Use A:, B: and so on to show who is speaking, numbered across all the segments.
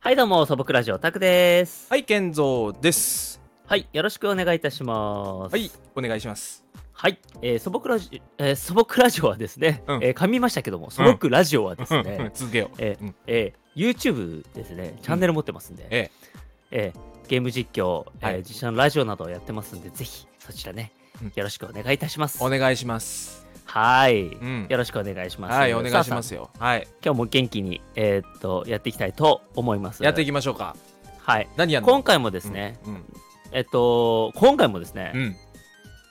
A: はい、どうも、素朴ラジオ、タクです。
B: はい、健三です。
A: はい、よろしくお願いいたします。
B: はい、お願いします。
A: はい、えー、素朴ラジ、えー、素朴ラジオはですね、
B: うん
A: えー噛みましたけども、素朴ラジオはですね、
B: 続けよう。
A: えー
B: うん
A: えー YouTube ですね、チャンネル持ってますんで、
B: え
A: えーゲーム実況、えー
B: はい
A: 実写のラジオなどをやってますんで、ぜひそちらね
B: うん、
A: よろしくお願いいたします。
B: お願いします。
A: はい、
B: うん
A: よろしくお願いします。
B: はい、お願いし
A: さあ
B: ま
A: さ
B: すよ。はい、
A: あ今日も元気に、えーっと、やっていきたいと思います。
B: やっていきましょうか。
A: はい。
B: 何やるの
A: 今回もですね、。
B: うん
A: えっと、今回もですね、
B: うん。うん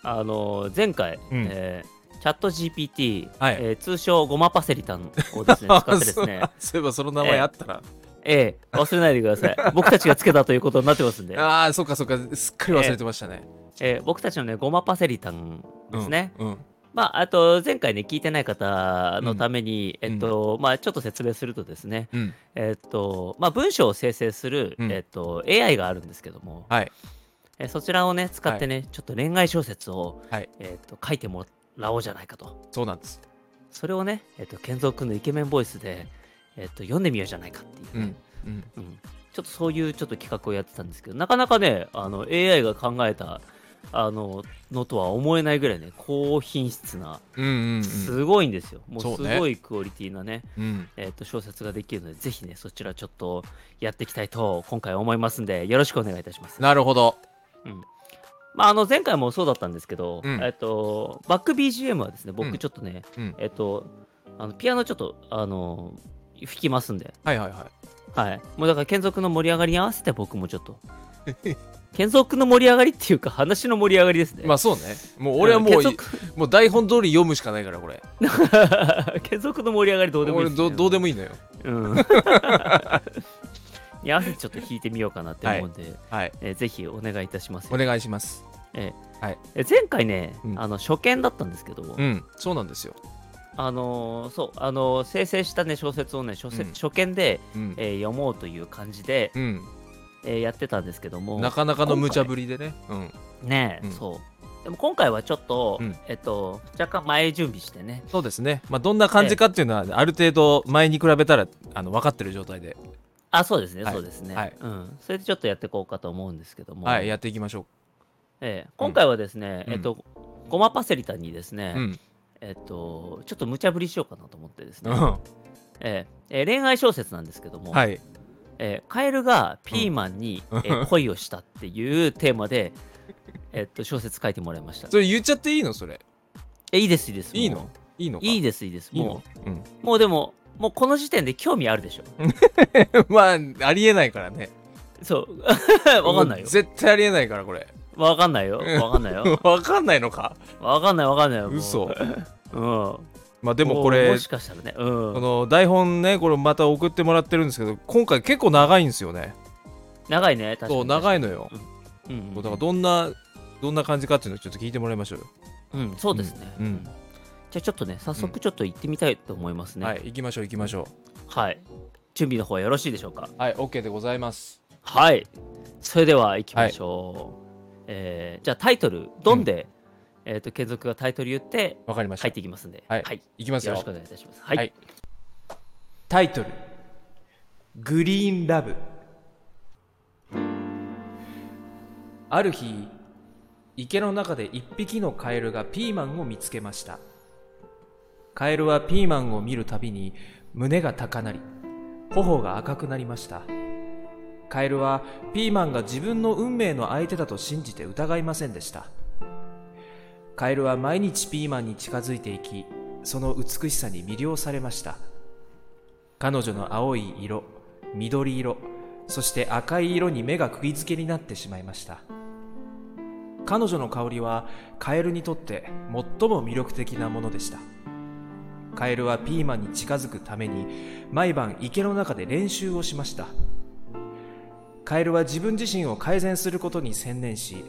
A: あの前回、
B: うん
A: えーチャット GPT、
B: はい
A: えー通称ごまパセリタンをですね使ってですね、
B: そういえばその名前あったら。
A: えー忘れないでくだ さい僕たちがつけたということになってますんで、
B: ああ、そっかそっか、すっかり忘れてましたね。
A: えー僕たちのねごまパセリタンですね、
B: うん。うん
A: まああと前回ね聞いてない方のために、
B: うん
A: えっと、まあちょっと説明するとですね
B: うん。
A: えっとまあ文章を生成する、
B: うん
A: えっと AI があるんですけども、
B: はい
A: えーそちらをね使ってね、ちょっと恋愛小説を、
B: はい
A: えっと書いてもらおうじゃないかと
B: そうなんです。
A: それをね、えっと、健三君のイケメンボイスで、えっと、読んでみようじゃないかって
B: う
A: いうね
B: ん、。うん。
A: うんちょっとそういうちょっと企画をやってたんですけど、なかなかね、あの AI が考えたあののとは思えないぐらいね、高品質な、
B: うんうん
A: すごいんですよ。もう
B: そ
A: す
B: うね
A: ごいクオリティなね、
B: うん。うん。
A: えっと小説ができるので、ぜひね、そちらちょっとやっていきたいと今回思いますんで、よろしくお願いいたします。
B: なるほど。
A: まあ、あの前回もそうだったんですけど、
B: うん
A: えっと、バック BGM はですね、
B: う
A: 僕
B: ん
A: ちょっとね、
B: うん。
A: えっと、あのピアノちょっと、あの弾きますんで、
B: はいはいは
A: はい。もうだから、剣族の盛り上がりに合わせて僕もちょっ と。剣族の盛り上がりっていうか、話の盛り上がりですね。
B: い。まあそうね。もう俺はもうい
A: 剣、族
B: もう台本通り読むしかないから、これ。
A: 剣族の盛り上がりどうでもいい
B: 俺、
A: ですね、
B: どどうでもいいのよ。
A: うん。 に合わせてちょっと弾いてみようかなって思うんで、
B: はい。
A: えーぜひお願いいたしますよ
B: お願いします。
A: えー
B: はい
A: えー前回ね、
B: うん
A: あの初見だったんですけど、
B: うん。そうなんですよ。
A: あのーそう、あのー生成した、ね、小説をね、小説
B: うん
A: 初見で、
B: うん。
A: えー読もうという感じで、
B: うん。
A: えーやってたんですけども
B: なかなかの無茶ぶりでね。うん。
A: ねえ、
B: うん
A: そうでも今回はちょっと、
B: うん
A: えっと若干前準備してね
B: そうですね。まあ、どんな感じかっていうのは、ある程度前に比べたら、あの、分かってる状態で、
A: あそうですね、
B: はい
A: そうですね、
B: はい
A: うん、それでちょっとやっていこうかと思うんですけども、
B: はい、やっていきましょ
A: ええ今回はですね、
B: うん
A: えっとゴマパセリタにです
B: う。
A: ね、
B: うん。
A: えっとちょっと無茶ぶりしようかなと思ってです
B: う
A: ね、
B: ん
A: ええええ恋愛小説なんですけども、
B: はい。
A: ええカエルがピーマンに、
B: うん
A: え え恋をしたっていうテーマで、えっと小説書いてもらいました
B: それ言っちゃっていいのそれ。
A: えいいですいいです
B: いい
A: も
B: のいいの
A: ういい
B: い
A: ですいいです
B: いい
A: も
B: のうん。
A: うもうでももうこの時点で興味あるでしょ
B: まあ、ありえないからね。
A: そう。 わかんないよ。
B: 絶対ありえないから、これ。
A: わかんないよ。わかんないよ。
B: わかんないのか
A: わかんないわかんないよ。もう
B: 嘘。
A: うん。
B: まあ、でも
A: う
B: これ
A: も、しかしたらね。う
B: こ
A: ん。
B: の台本ね、これまた送ってもらってるんですけど、今回結構長いんですよね。
A: 長いね。確かに。
B: そう、長
A: い。
B: いのよ。
A: うん
B: だから、どんな、どんな感じかっていうのをちょっと聞いてもらいましょうよ。
A: うん、そうですね。
B: うん
A: うんじゃあちょっとね、早速ちょっと行ってみたいと思います
B: は
A: ね。
B: い、行きましょう、行きましょ
A: はい。準備の方はよろしいでしょうか。
B: う。はい、OK でございます。
A: はい。それでは行きましょう。えーじゃあタイトル、ドンで、えっと、継続がタイトル言って、
B: わかりました。
A: 入っ
B: い
A: ていきますんで。
B: はいきます
A: よ
B: よ。
A: ろしくお願いいたします。はい。
B: はいタイトル「グリーンラブ」ある日池の中で一匹のカエルがピーマンを見つけましたカエルはピーマンを見るたびに胸が高鳴り頬が赤くなりましたカエルはピーマンが自分の運命の相手だと信じて疑いませんでしたカエルは毎日ピーマンに近づいていきその美しさに魅了されました彼女の青い色緑色そして赤い色に目が釘付けになってしまいました彼女の香りはカエルにとって最も魅力的なものでしたカエルはピーマンに近づくために毎晩池の中で練習をしましたカエルは自分自身を改善することに専念し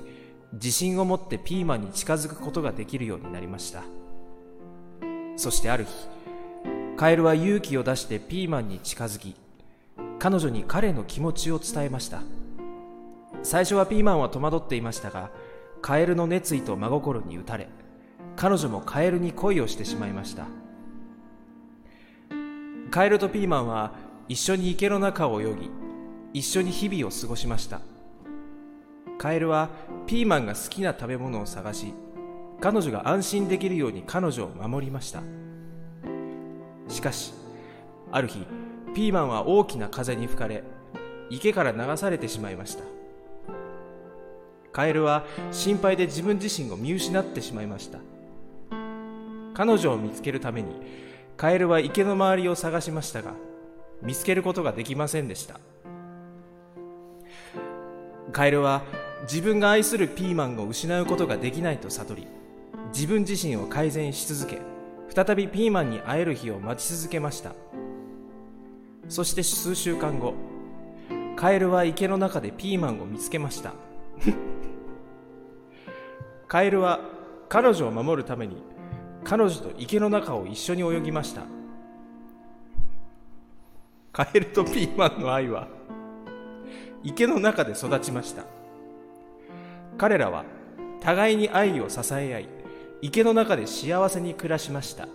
B: 自信を持ってピーマンに近づくことができるようになりましたそしてある日カエルは勇気を出してピーマンに近づき彼女に彼の気持ちを伝えました最初はピーマンは戸惑っていましたがカエルの熱意と真心に打たれ彼女もカエルに恋をしてしまいましたカエルとピーマンは一緒に池の中を泳ぎ
C: 一緒に日々を過ごしましたカエルはピーマンが好きな食べ物を探し彼女が安心できるように彼女を守りましたしかしある日ピーマンは大きな風に吹かれ池から流されてしまいましたカエルは心配で自分自身を見失ってしまいました彼女を見つけるためにカエルは池の周りを探しましたが見つけることができませんでしたカエルは自分が愛するピーマンを失うことができないと悟り自分自身を改善し続け再びピーマンに会える日を待ち続けましたそして数週間後カエルは池の中でピーマンを見つけました カエルは彼女を守るために彼女と池の中を一緒に泳ぎましたカエルとピーマンの愛は池の中で育ちました彼らは互いに愛を支え合い池の中で幸せに暮らしました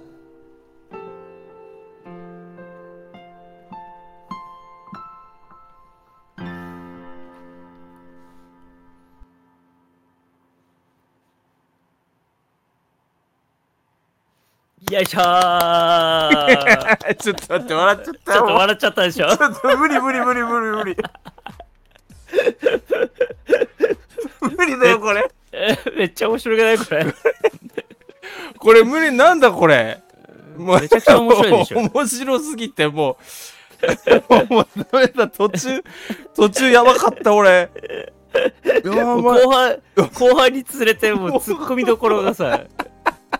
A: よいしょ ー
B: ちょっと待って、笑っちゃった。
A: ちょっと笑っちゃったでしょ
B: ちょっと無理無理無理無理無理。無理だよ、これ。
A: えめっちゃ面白くないこれ。
B: これ無理なんだ、これ。もう
A: めちゃくちゃ面白いでしょ
B: もう面白すぎて、もう。もうダメだ、途中、途中やばかった、俺。やばい。
A: 後半、後半に連れて、もう突っ込みどころがさ、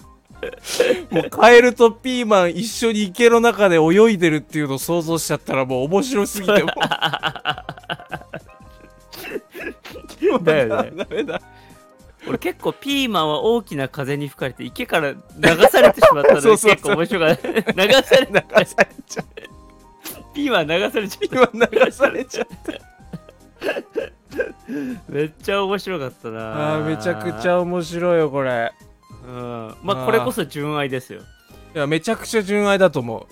B: もうカエルとピーマン一緒に池の中で泳いでるっていうのを想像しちゃったらもう面白すぎてもう
A: だよね
B: ダメだ
A: 俺結構ピーマンは大きな風に吹かれて池から流されてしま ったので
B: そうそうそう
A: 結構面白かった。流され、
B: 流されちゃう
A: ピーマン流されちゃっ
B: 今流されちゃった
A: た。 めっちゃ面白かったな
B: あーめちゃくち。ゃ面白いよこれ
A: うん。まあこれこそ純愛ですよ。
B: いやめちゃくちゃ純愛だと思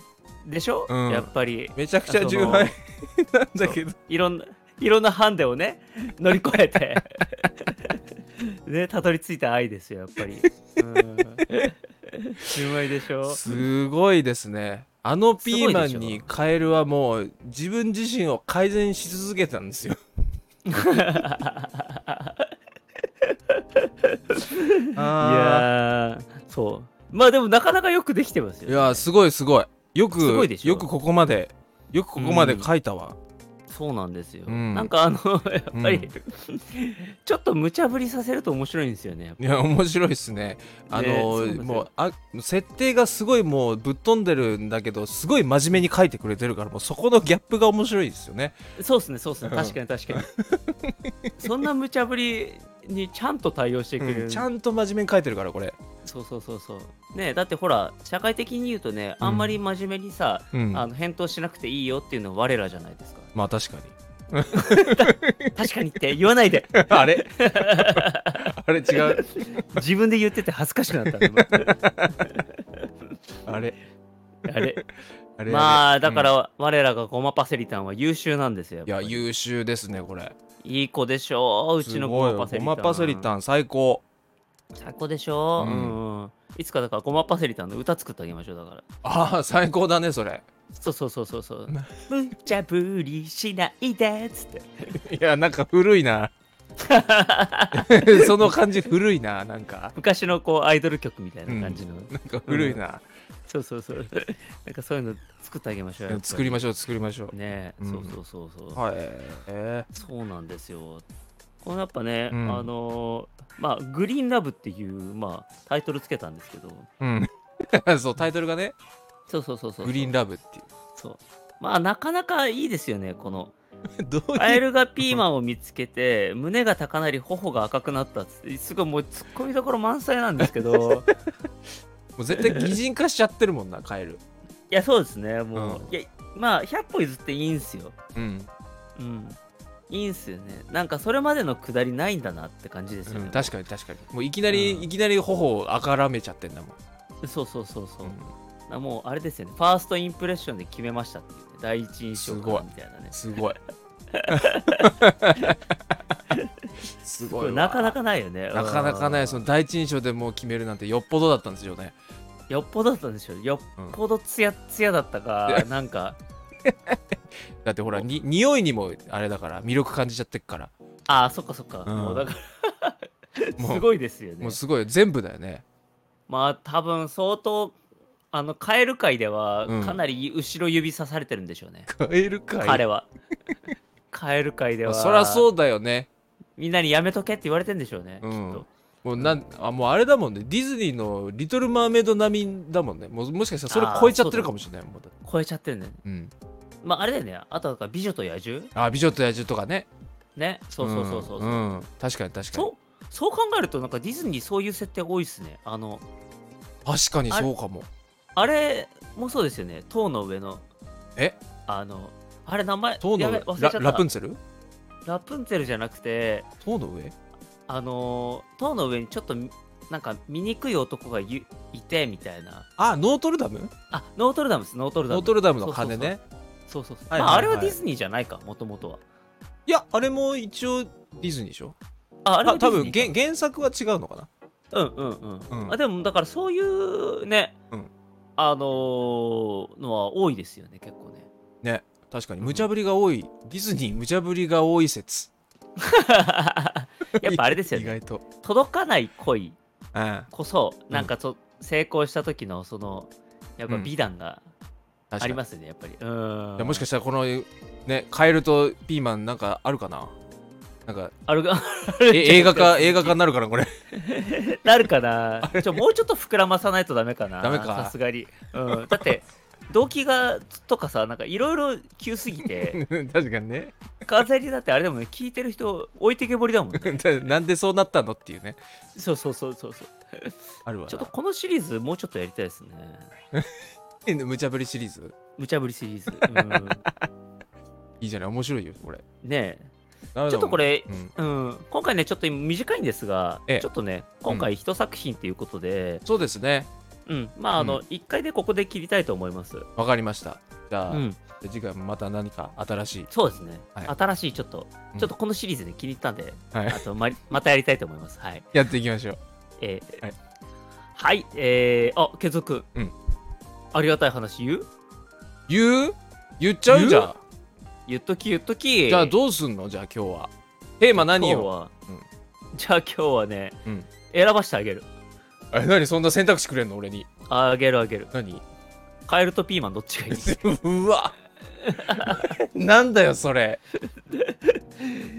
A: でしょ、
B: うん
A: やっぱり
B: うめちゃくちゃ純愛 なんだけど
A: いろんないろんなハンデを ね乗り越えて ねたどり着いた愛ですよやっぱり、うん、純愛でしょ
B: すごいですねあのピーマン
A: すごいで
B: に
A: しょ
B: カエルはもう自分自身を改善し続けたんですよ
A: い
B: あ
A: やーそうまあでもなかなかよくできてます
B: ーい
A: よ
B: やーすごいすごいよく
A: すごいでしょ
B: よくここまでよくここまで書いたわ、
A: そうなんですよ、
B: うん
A: なんかあのやっぱり、
B: うん
A: ちょっと無茶ぶりさせると面白いんですよねやっぱ
B: いや面白いですねあの
A: そうですよ
B: もうあ設定がすごいもうぶっ飛んでるんだけどすごい真面目に書いてくれてるからもうそこのギャップが面白いですよね
A: そうですねそうですね
B: うん
A: 確かに確か にそんな無茶ぶりにちゃんと対応してくれる、
B: うんちゃんと真面目に書いてるからこれ、
A: そうそうそうそうねだってほら社会的に言うとねあんまり真面目にさ、
B: うん
A: あの返答しなくていいよっていうのは我らじゃない ですか
B: まあ確かに
A: 確かにって言わないで
B: あれあれ違う
A: 自分で言ってて恥ずかしくなったね今
B: あれ
A: あれ
B: あれ
A: まあ
B: れ
A: だから我らがゴマパセリタンは優秀なんですよ
B: うんいや
A: い
B: 優秀ですねこれ
A: いい子でしょううちのゴマパセリタン
B: ごまパセリタン最高
A: 最高でしょう、
B: う
A: うんんいつかだからゴマパセリタンの歌作ってあげましょうだから
B: ああ最高だねそれ
A: そうそうそうそうそう「むちゃぶりしないで」っつって
B: いやなんか古いな その感じ古いななんか
A: 昔のこうアイドル曲みたいな感じの、
B: なんか古いな、
A: そうそうそう。 なんかそういうの作ってあげましょうよ。
B: 作りま
A: し
B: しょう作りましょう
A: ねえ、
B: うん
A: そうそうそうそう。
B: はい。え
A: そうなんですよ。このやっぱね、
B: うん
A: あのーまあ、グリーンラブっていう、まあ、タイトルつけたんですけど、
B: うん。 そう、タイトルがね、
A: そうそうそうそう。
B: グリーンラブっていう。
A: そう。まあ、なかなかいいですよね、こ の。
B: どう
A: カエルがピーマンを見つけて、胸が高鳴り、頬が赤くなったっつって、すごいもう、ツッコミどころ満載なんですけ ど、
B: もう絶対擬人化しちゃってるもんな、カエル。
A: いや、そうですね、もう、
B: うん
A: いや、まあ、100歩譲っていいんすよ。
B: うん。
A: うん、いいんすよねなんかそれまでのくだりないんだなって感じですよね、
B: 確かに確かに。もういきなり、
A: うん
B: いきなり頬を赤らめちゃってんだもん。
A: そうそうそうそうう、
B: ん
A: なもうあれですよねファーストインプレッションで決めましたっていうね、第一印象
B: すご
A: か
B: い
A: みたいなね
B: すごい。 す
A: こ
B: ご
A: れ
B: い
A: なかな
B: か
A: かないよね
B: なかなかないそ
A: の
B: の第一印象でもう決めるなんてよっぽどだったんですよね
A: よっぽどだったんでしょよっぽどツヤッツヤだったか、なんか
B: だってほらに匂いにもあれだから魅力感じちゃってっから
A: ああそっかそっか、
B: うん
A: もうだから
B: もう
A: すごいですよね
B: もうすごい全部だよね
A: まあ多分相当あのカエル界では
B: うん
A: かなり後ろ指刺されてるんでしょうね、
B: カエルかい
A: 彼はカエル界で
B: ま
A: は
B: あそりゃそううだよね
A: みんなにやめとけって言われてんでしょうね、
B: う
A: き
B: ん
A: っと
B: もうなんあもうあれだもんねディズニーの「リトル・マーメイド」並みだもんねもうもしかしたらそれ超えちゃってるかもしれないもんだって
A: 超えちゃってるね
B: うん
A: まああれだよねあとはだから美女と野獣
B: あ美女と野獣」とかね
A: ねそうそうそうそう、
B: んうん確かに確かに
A: そうそう考えるとなんかディズニーそういう設定多いっすねあの
B: 確かにそうかも
A: あれもそうですよね塔の上の
B: え
A: あのあれ名前
B: 塔の
A: やべ
B: 上
A: 忘れちゃ
B: ラ
A: った
B: ラプンツェル
A: ラプンツェルじゃなくて
B: 塔の上
A: あのー塔の上にちょっとみなんか醜い男がゆいてみたいな
B: あノートルダム
A: あノートルダムですノートルダム
B: ノートルダムの鐘ね
A: そうそうそう、
B: はい
A: まあ、あ
B: はい
A: れ
B: はい
A: はディズニーじゃないかもともとはい
B: やあれも一応ディズニーでしょ
A: ああれ
B: あ
A: はデ
B: 多
A: ィズ
B: 分
A: ニー
B: 原原作は違うのかな
A: うんうんうん、
B: うん
A: あでもだからそういうね、
B: うん
A: あのーのは多いですよね結構 ね
B: ね確かに無茶ぶりが多いディズニー無茶ぶりが多い説
A: やっぱあれですよ
B: 意
A: ね
B: 外と
A: 届かない恋
B: うん
A: こそなんかちょ、成功した時のそのやっぱ美談が
B: 確
A: あ
B: か
A: り
B: に
A: ますよね、やっぱりうん
B: いやもしかしたらこのねカエルとピーマンなんかあるかなな んか
A: あるが
B: え映画化映画化になるからこれ
A: なるか なちょもうちょっと膨らまさないとダメかな
B: ダメか
A: さすがに、うん、だって動機がとかさなんかいろいろ急すぎ て
B: 確かにね
A: 風にだってあれでもね聞いてる人置いてけぼりだもんね
B: なんでそうなったのっていうね
A: そうそうそうそうそう
B: あるわ
A: ちょっとこのシリーズもうちょっとやりたいですね
B: と無茶ぶりシリーズ
A: 無茶ぶりシ リーズ、
B: いいじゃない面白いよこれ
A: うん、ねえ
B: ダメだもん
A: ちょっとこれ
B: うん
A: うん、今回ねちょっと今短いんですが、
B: ええ
A: ちょっとね今回一作品ということで、
B: そうですね
A: うんまああの、
B: う
A: 一回でここで切りたいと思います、
B: わかりましたじゃあ、
A: うん、
B: じゃあ次回もまた何か新しい
A: そうですね、
B: はい
A: 新しいちょっと
B: うん
A: ちょっとこのシリーズね気に入ったんで、
B: はい
A: あとままたやりたいと思いますはい
B: やっていきましょう
A: えー、
B: は
A: はいい、えー、あ継続、
B: うん
A: ありがたい話言う
B: 言う言っちゃう
A: 言う
B: じゃあ
A: 言っとき言っとき
B: じゃあどうすんのじゃあ今日はテーマ何
A: 今日
B: を
A: は、 じゃあ今日はね、
B: うん
A: 選ばしてあげる
B: え何そんな選択肢くれんの俺に
A: あげるあげる
B: 何
A: カエルとピーマンどっちが いい
B: うわ なんだよそれ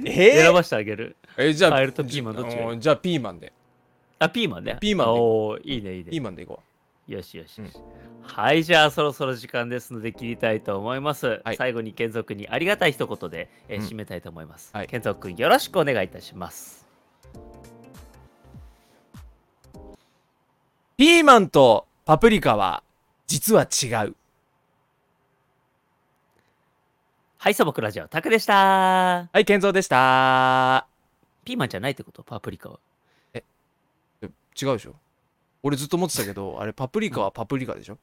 B: え
A: 選
B: ー
A: ばしてあげる
B: えじゃあ
A: カエルとピーマンどっちがいい
B: うんじゃあピーマンで
A: あピーマンね
B: ピーマンね
A: おーいいねいいね
B: ピーマンでいこ
A: よしよし、
B: うん
A: はいじゃあそろそろ時間ですので切りたいと思います、
B: はい
A: 最後に健三君にありがたい一言で、えー
B: うん
A: 締めたいと思います、
B: はい
A: 健三君よろしくお願いいたします
B: うピーマンとパプリカは実は違う
A: はい素朴ラジオタクでした
B: はい健三でした
A: ピーマンじゃないってことパプリカは
B: え違うでしょ俺ずっと思ってたけどあれパプリカはパプリカでしょ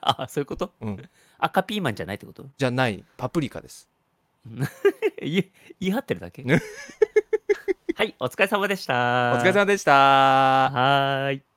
A: あそういうこと
B: うん
A: 赤ピーマンじゃないってこと
B: じゃないパプリカです
A: 言い言い張ってるだ け
B: ね
A: はいお疲れ様でした
B: お疲れ様でした
A: はーい